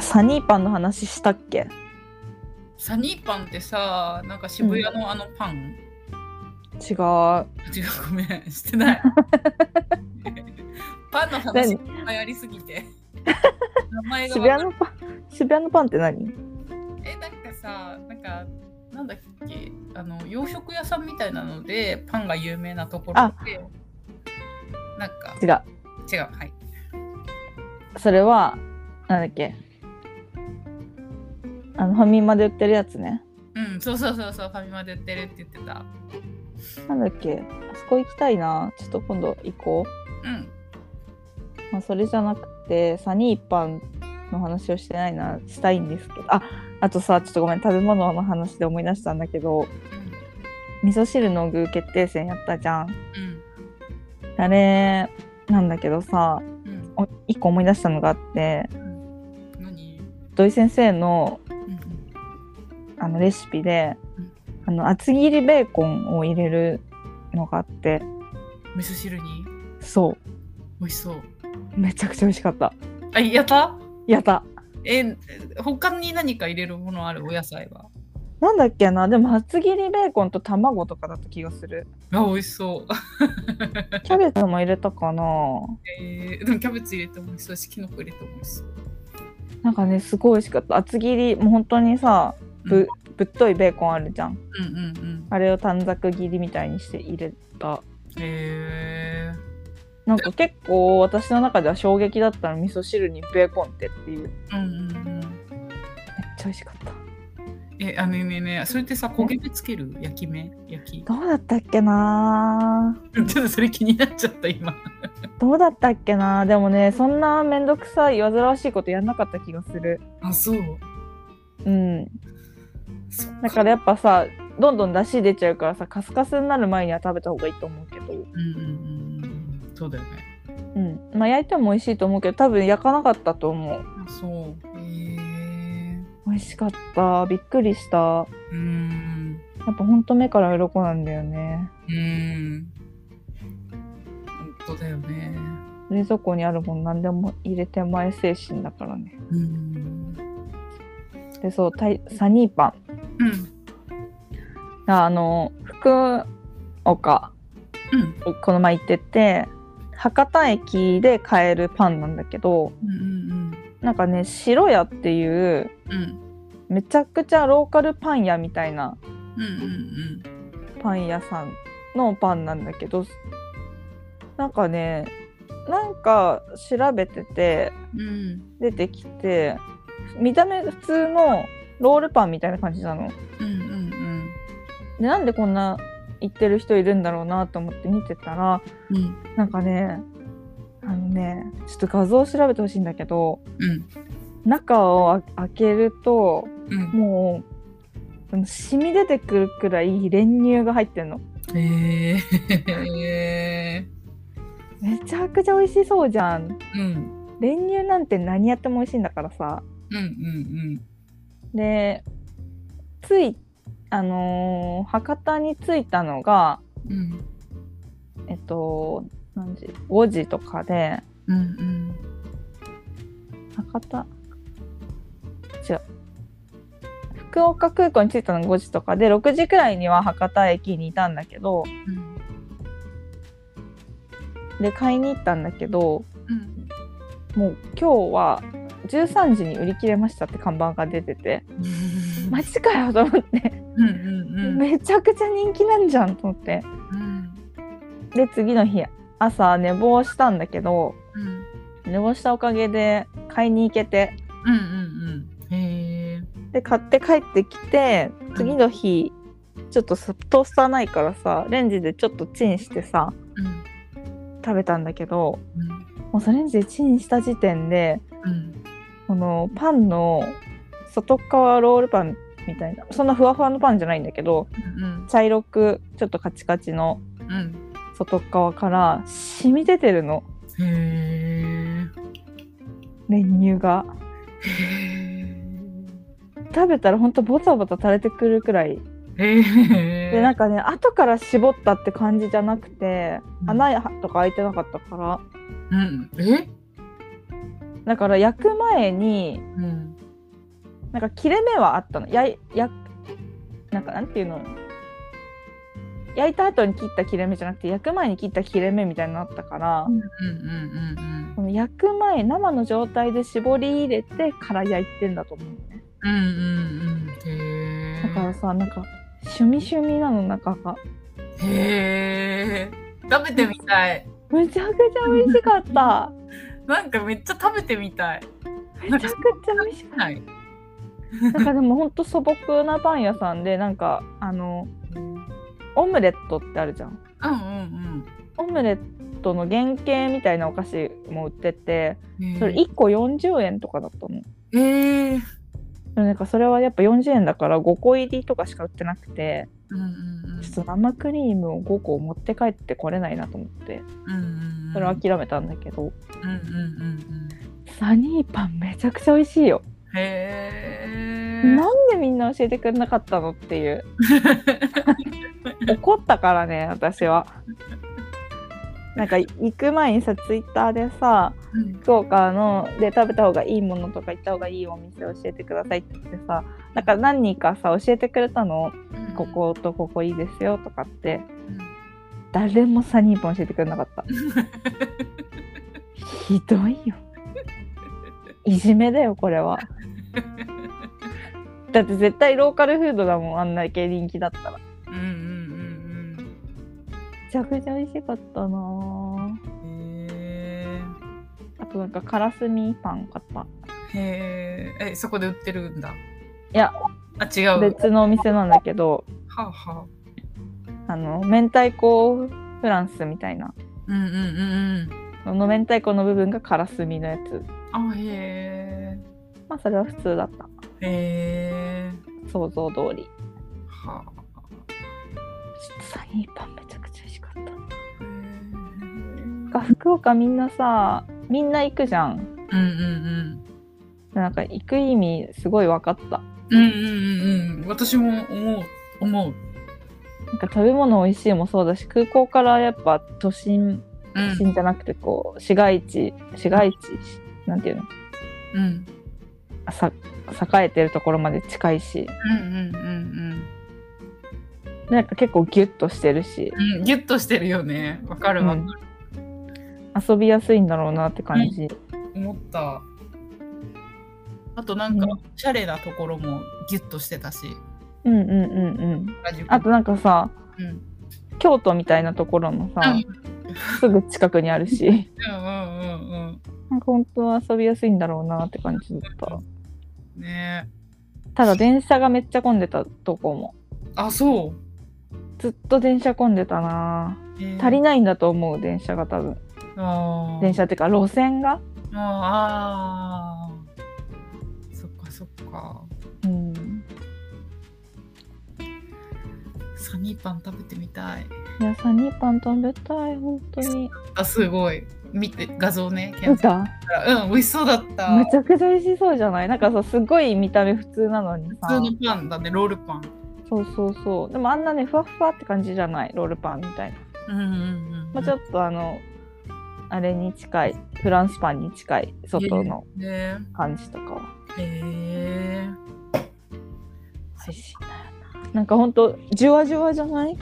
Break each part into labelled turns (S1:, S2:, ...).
S1: サニーパンの話したっけ
S2: サニーパンってさ、なんか渋谷のあのパン、
S1: 違う
S2: 違う、ごめん、してない。パンの話がやりすぎて。名前が
S1: 渋
S2: わか
S1: 谷
S2: る
S1: のパン渋谷のパンって何
S2: え、なんかさ、なんか、なんだっけ、あの、洋食屋さんみたいなので、パンが有名なところで、なんか、
S1: 違う
S2: 違う、はい。
S1: それはなんだっけあのファミマで売ってるやつね
S2: うん、そうそうそうそう、ファミマで売ってるって言ってた。
S1: なんだっけあそこ行きたいなちょっと今度行こ
S2: うん。
S1: う、まあ、それじゃなくてサニーパンの話をしてないなしたいんですけどああとさちょっとごめん食べ物の話で思い出したんだけど味噌汁の具決定戦やったじゃん
S2: うん。
S1: あれなんだけどさ
S2: うん。うん。
S1: お一個思い出したのがあって
S2: 何
S1: 土井先生の
S2: うん。
S1: あのレシピで
S2: うん
S1: あの厚切りベーコンを入れるのがあって
S2: 味噌汁に
S1: そ
S2: 美味しそう。
S1: うめちゃくちゃ美味しかった
S2: あ、やった
S1: やった
S2: え、他に何か入れるものあるお野菜は
S1: なんだっけなでも厚切りベーコンと卵とかだった気がす る
S2: あ、美味しそう。
S1: キャベツも入れたかな
S2: えーでもキャベツ入れても美味しそうし、キノコ入れても美味しそう。
S1: なんかねすごい美味しかった厚切りもう本当にさぶ,、ぶっといベーコンあるじゃん
S2: うんうんうん。
S1: あれを短冊切りみたいにして入れた
S2: え
S1: なんか結構私の中では衝撃だったの味噌汁にベーコンってっていうめっ
S2: ー、うんうんうん。
S1: ちゃ美味しかった
S2: え、あのねえねえ、それってさ、焦げ目つける焼き目焼き。
S1: どうだったっけな
S2: ちょっとそれ気になっちゃった、今。
S1: どうだったっけなでもねそんなめんどくさい煩わしいことやんなかった気がする
S2: あ、そう。
S1: うん
S2: そっ
S1: だからやっぱさどんどん出汁出ちゃうからさカスカスになる前には食べた方がいいと思うけど
S2: うんうんうんうん。そうだよね。
S1: うんまあ焼いても美味しいと思うけど多分焼かなかったと思う
S2: あ、そう。えー、
S1: 美味しかったびっくりしたや
S2: うーん。
S1: っぱほんと目から鱗なんだよね
S2: うーん。本当だよね。
S1: 冷蔵庫にあるもん何でも入れて前精神だからね
S2: うん。
S1: でそうたいサニーパン
S2: うん。
S1: あの福岡
S2: うん。
S1: この前行ってて博多駅で買えるパンなんだけど
S2: うんうん
S1: なんかね白屋っていう
S2: うんうん
S1: めちゃくちゃローカルパン屋みたいな
S2: うんうん
S1: パン屋さんのパンなんだけどなんかねなんか調べてて
S2: うんうん
S1: 出てきて見た目普通のロールパンみたいな感じなの。
S2: うんうん
S1: でなんでこんな行ってる人いるんだろうなと思って見てたら
S2: うん
S1: なんかねあのねちょっと画像調べてほしいんだけど
S2: うん
S1: 中をあ開けると
S2: うん
S1: もうあの染み出てくるくらい練乳が入ってんの
S2: うんへえ
S1: めちゃくちゃ美味しそうじゃん
S2: うん
S1: 練乳なんて何やっても美味しいんだからさ
S2: うんうん
S1: でついあのー博多に着いたのが
S2: うんうん
S1: えっと何時5時とかで
S2: うんうん
S1: 博多違う福岡空港に着いたの5時とかで6時くらいには博多駅にいたんだけどで買いに行ったんだけど
S2: うん
S1: もう今日は13時に売り切れましたって看板が出ててマジかよと思って、
S2: うんうんうん
S1: めちゃくちゃ人気なんじゃんと思って
S2: うん
S1: で次の日朝寝坊したんだけど
S2: うん
S1: 寝坊したおかげで買いに行けて
S2: うんうんうんへえ
S1: で買って帰ってきて次の日ちょっとさトースターないからさレンジでちょっとチンしてさ
S2: うん
S1: 食べたんだけど
S2: うん
S1: もうそれレンジでチンした時点で
S2: うん
S1: このパンの外側ロールパンみたいなそんなふわふわのパンじゃないんだけど
S2: うん
S1: 茶色くちょっとカチカチの
S2: うん
S1: 外側から染み出てるの
S2: へえ
S1: 練乳が食べたらほんとボタボタ垂れてくるくらい
S2: へえ
S1: でなんか
S2: か
S1: ね後から絞ったって感じじゃなくて
S2: うん
S1: 穴とか開いてなかったから
S2: うんえ
S1: だから焼く前に
S2: うん
S1: なんか切れ目はあったのやいやなんかなんていうの焼いた後に切った切れ目じゃなくて焼く前に切った切れ目みたいになったから、
S2: うんうんうん
S1: この焼く前生の状態で絞り入れてから焼いてんだと思うのね
S2: うんうんうんうんへえ
S1: だからさなんか趣味趣味なの中が
S2: へえ食べてみたい
S1: むちゃくちゃ美味しかった
S2: なんかめっちゃ食べてみたい
S1: めちゃくちゃ美味しかっ
S2: はい
S1: たなんかでもほんと素朴なパン屋さんでなんかあのオムレットってあるじゃん
S2: うんうん
S1: オムレットの原型みたいなお菓子も売ってて
S2: うん
S1: それ1個40円とかだったの
S2: へえ
S1: でもなんかそれはやっぱ40円だから5個入りとかしか売ってなくて
S2: うんうんうん
S1: ちょっと生クリームを5個持って帰ってこれないなと思って
S2: うんうんうん
S1: それは諦めたんだけど
S2: うんうんうん
S1: サニーパンめちゃくちゃ美味しいよ
S2: うんへえ
S1: なんでみんな教えてくれなかったのって いう怒ったからね私はなんか行く前にさツイッターでさ
S2: うん
S1: 福岡ので食べた方がいいものとか行った方がいいお店教えてくださいって言ってさなんか何人かさ教えてくれたのこことここいいですよとかって誰もサニーパン教えてくれなかったひどいよいじめだよこれはだって絶対ローカルフードだもんあんなけ人気だったらめ
S2: うんうん
S1: ちゃくちゃ美味しかったなぁ
S2: うんうんへ
S1: あとなんかからすみパン買った
S2: えへええそこで売ってるんだ
S1: いや
S2: あ違う
S1: 別のお店なんだけど
S2: はあはあ
S1: あの明太子フランスみたいな
S2: うんうんうんうん
S1: その明太子の部分がからすみのやつ
S2: あへ
S1: まあそれは普通だった
S2: えへえ
S1: 想像通り
S2: はあ
S1: ちょっとサニーパンめちゃくちゃ美味しかった
S2: へえ
S1: なんか福岡みんなさみんな行くじゃん
S2: うんうん
S1: なんか行く意味すごい分かった
S2: うんうんうんうんうん私も思う思う
S1: なんか食べ物美味しいもそうだし空港からやっぱ都心
S2: う
S1: 都
S2: ん
S1: 心じゃなくてこう市街地市街地なんていうの
S2: うん
S1: あさ栄えてるところまで近いし
S2: うんうんうん
S1: なんか結構ギュッとしてるし
S2: うんうんギュッとしてるよねわかるわかる、
S1: 遊びやすいんだろうなって感じ、
S2: 思ったあとなんか、
S1: う
S2: シャレなところもギュッとしてたし
S1: うん、うんうんうん
S2: 原宿
S1: あとなんかさ
S2: うんう
S1: 京都みたいなところもさ
S2: ん
S1: すぐ近くにあるし
S2: うんうんうん
S1: なんか本当は遊びやすいんだろうなって感じだった
S2: ね
S1: ただ電車がめっちゃ混んでたとこも
S2: えあそう
S1: ずっと電車混んでたな足り
S2: な
S1: ないんだと思う電車が多分
S2: あー
S1: 電車っていうか路線が
S2: あーそっかそっか
S1: うん
S2: サニーパン食べてみたい
S1: いやサニーパン食べたい本当に
S2: あすごい見て画像ね
S1: 見
S2: 検索
S1: た
S2: したらうん美味しそうだった
S1: めちゃくちゃ美味しそうじゃないなんかさすごい見た目普通なのに
S2: 普
S1: さ
S2: 通のパンだねロールパン
S1: そうそうそうでもあんなねふわふわって感じじゃないロールパンみたいな
S2: うんうんうん
S1: まあ、ちょっとあのあれに近いフランスパンに近い外の
S2: ねえ
S1: 感じとかは
S2: へえ
S1: 美味しいななんかほんとじわじわじゃない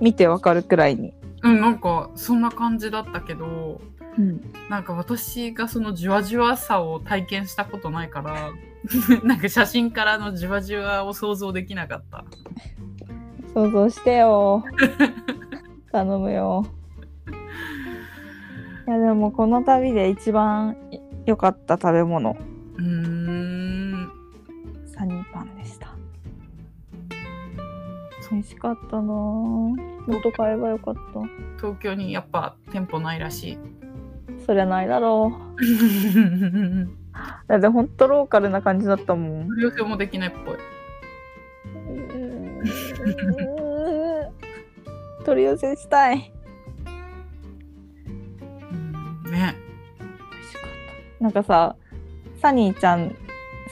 S1: 見てわかるくらいに、
S2: うんなんかそんな感じだったけど
S1: うん、
S2: なんか私がそのじわじわさを体験したことないから なんか写真からのじわじわを想像できなかった
S1: 想像してよ 頼むよいやでもこの旅で一番良かった食べ物
S2: うーん
S1: サニーパンでした美味しかったなぁもっと買えばよかった
S2: 東京にやっぱ店舗ないらし い
S1: そりゃないだろうだってほんとローカルな感じだったもん
S2: 投票もできないっぽい
S1: 取り寄せしたい
S2: うんね
S1: 美味しかったなんかさサニーちゃん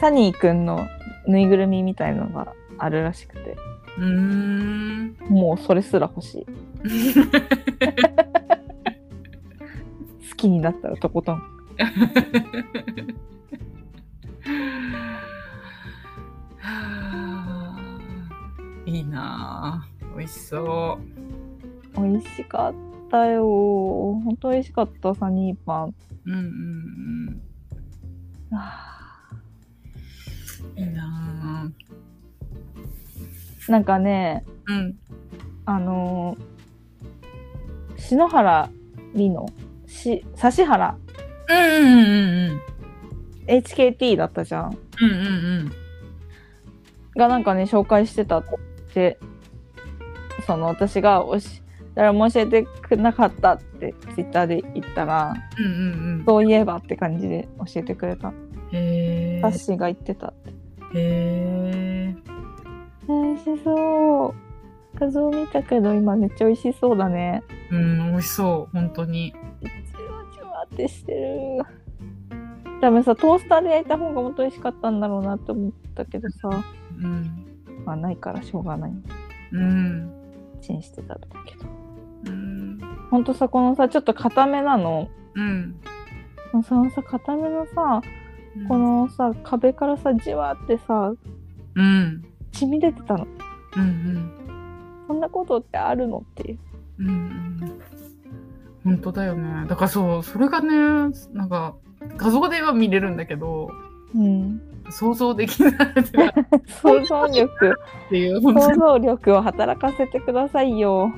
S1: サニーくんのぬいぐるみみたいのがあるらしくて
S2: うーん
S1: もうそれすら欲しい好きになったらとことん
S2: なあ美味しそ
S1: 美味しかったよ本当美味しかったサニーパン
S2: ううんうん
S1: あ
S2: うんいいな
S1: ーなんかね
S2: あうん
S1: あのー篠原里乃し指原
S2: うんうんうん
S1: HKT だったじゃん
S2: うんうんうん
S1: がなんかね紹介してたってその私がおし誰も教えてくれなかったってツイッターで言ったら
S2: うんうん
S1: そういえばって感じで教えてくれた
S2: うんへえ
S1: サッシーが言ってたって
S2: へえ
S1: 美味しそう画像見たけど今めっちゃ美味しそうだね
S2: うん美味しそう本当に
S1: じわじわってしてる多分さトースターで焼いた方がもっと美味しかったんだろうなって思ったけどさ
S2: うん
S1: まあないからしょうがない
S2: うん
S1: チンして食べたけど
S2: うん
S1: ほんとさこのさちょっと硬めなの
S2: うん
S1: そのさ硬めのさこのさ壁からさじわってさ
S2: うん
S1: 血み出てたの
S2: うんうん
S1: そんなことってあるのっていう
S2: うんうん本当だよねだからそうそれがねなんか画像では見れるんだけど
S1: うん
S2: 想像できないってなっ
S1: 想像力
S2: ていう本当
S1: 想像力を働かせてくださいよ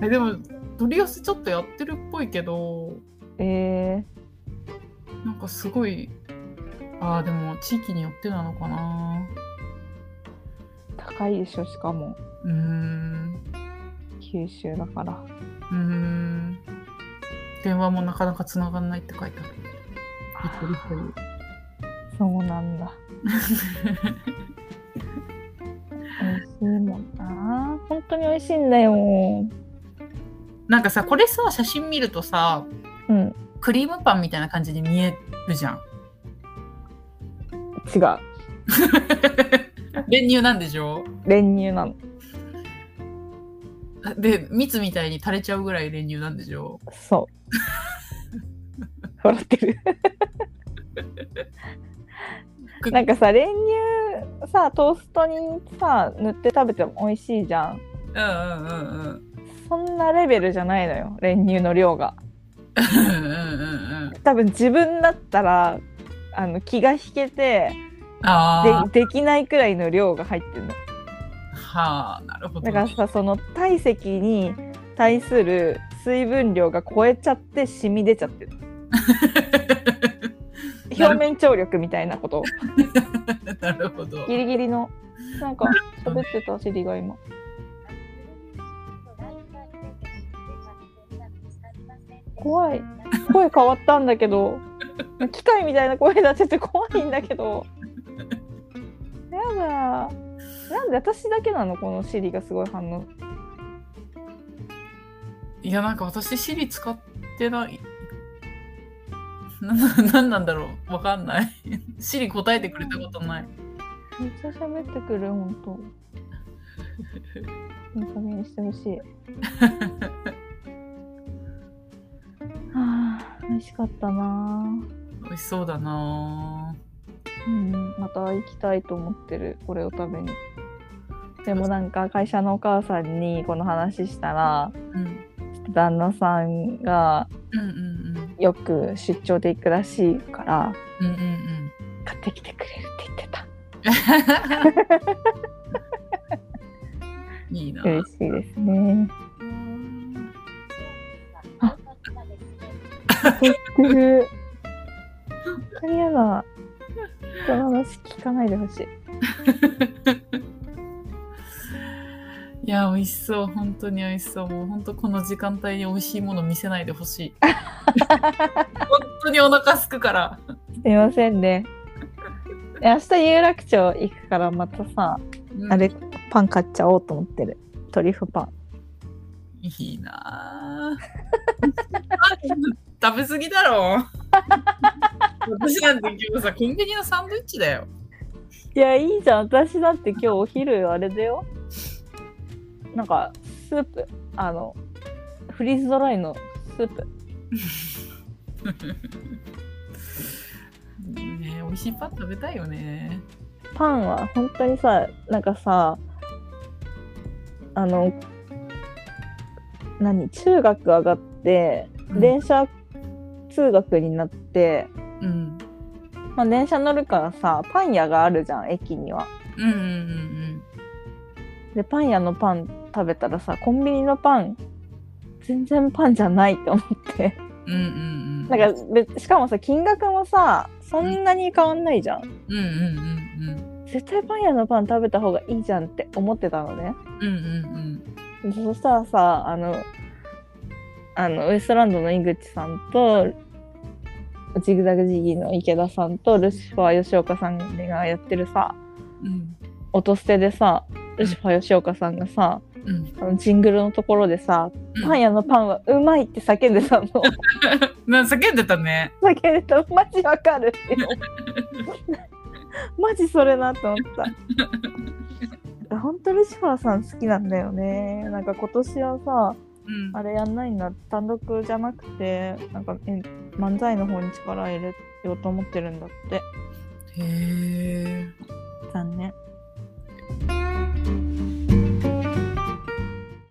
S2: にでも取り寄せちょっとやってるっぽいけど
S1: え
S2: なんかすごいああでも地域によってなのかな
S1: ー、高いでしょしかも
S2: うーん
S1: 九州だから
S2: うーん電話もなかなか繋がんないって書いてあるびっくりしてる
S1: そうなんだ美味しいもんな本当に美味しいんだよ
S2: なんかさこれさ写真見るとさ
S1: うん
S2: クリームパンみたいな感じに見えるじゃん
S1: 違う
S2: 練乳なんでしょ
S1: 練乳なの
S2: で蜜みたいに垂れちゃうぐらい練乳なんでしょ
S1: そう笑ってるなんかさ練乳さトーストにさ塗って食べても美味しいじゃん
S2: うんうんうんうん
S1: そんなレベルじゃないのよ練乳の量が
S2: うんうんうんうん
S1: 多分自分だったらあの気が引けて
S2: ああ
S1: でできないくらいの量が入ってるの
S2: はあなるほど
S1: だからさその体積に対する水分量が超えちゃって染み出ちゃ ってる表面張力みたいなこと
S2: なるほど
S1: ギリギリのなんか喋ってたシリが今怖い声変わったんだけど機械みたいな声出せて怖いんだけどやだなんで私だけなのこのシリがすごい反応
S2: いやなんか私シリ使ってない なななんなんだろうわかんない シリ答えてくれたことない
S1: めっちゃ喋ってくるほんといい加減にしてほしいはあ美味しかったな
S2: 美味しそうだな
S1: うんまた行きたいと思ってるこれを食べにでもなんか会社のお母さんにこの話したら
S2: ぁうん
S1: 旦那さんが
S2: うんうんうん
S1: よく出張で行くらしいから
S2: うんうんうん
S1: 買ってきてくれるって言ってた
S2: いいな。
S1: 嬉しいですねあ本当に嫌だ人の話聞かないでほしい
S2: いや、美味しそう。本当に美味しそう。もう本当この時間帯に美味しいもの見せないでほしい。本当にお腹すくから。
S1: すみません ねえ明日有楽町行くからまたさ
S2: うん
S1: あれパン買っちゃおうと思ってるトリュフパン
S2: いいなぁ食べ過ぎだろ。私なんて今日さ、コンビニのサンドイッチだよ。
S1: いやいいじゃん私だって今日お昼あれだよなんかスープあのフリーズドライのスープ
S2: ね美味しいパン食べたいよね。
S1: パンは本当にさなんかさあの何中学上がって
S2: うん
S1: 電車通学になって、
S2: うん
S1: まあ、電車乗るからさパン屋があるじゃん駅には。
S2: うんうんうん
S1: でパン屋のパン食べたらさコンビニのパン全然パンじゃないと思 って
S2: うんうんうんうん
S1: なんか別しかもさ金額もさそんなに変わんないじゃん
S2: うんうんうん
S1: 絶対パン屋のパン食べた方がいいじゃんって思ってたのね
S2: うんうんうん
S1: でそしたらさあのあのウエストランドの井口さんとジグザグジギーの池田さんとルシファー吉岡さんがやってるさ
S2: うん
S1: 音捨てでさルシファー吉岡さんがさ
S2: うん
S1: あのジングルのところでさ
S2: うん
S1: パン屋のパンはうまいって叫んでたの
S2: な叫んでたね
S1: 叫んでたマジわかるっていうマジそれなと思った本当ルシファーさん好きなんだよねなんか今年はさ
S2: うん
S1: あれやんないんだ単独じゃなくてなんかえ漫才の方に力入れようと思ってるんだって
S2: へえ
S1: 残念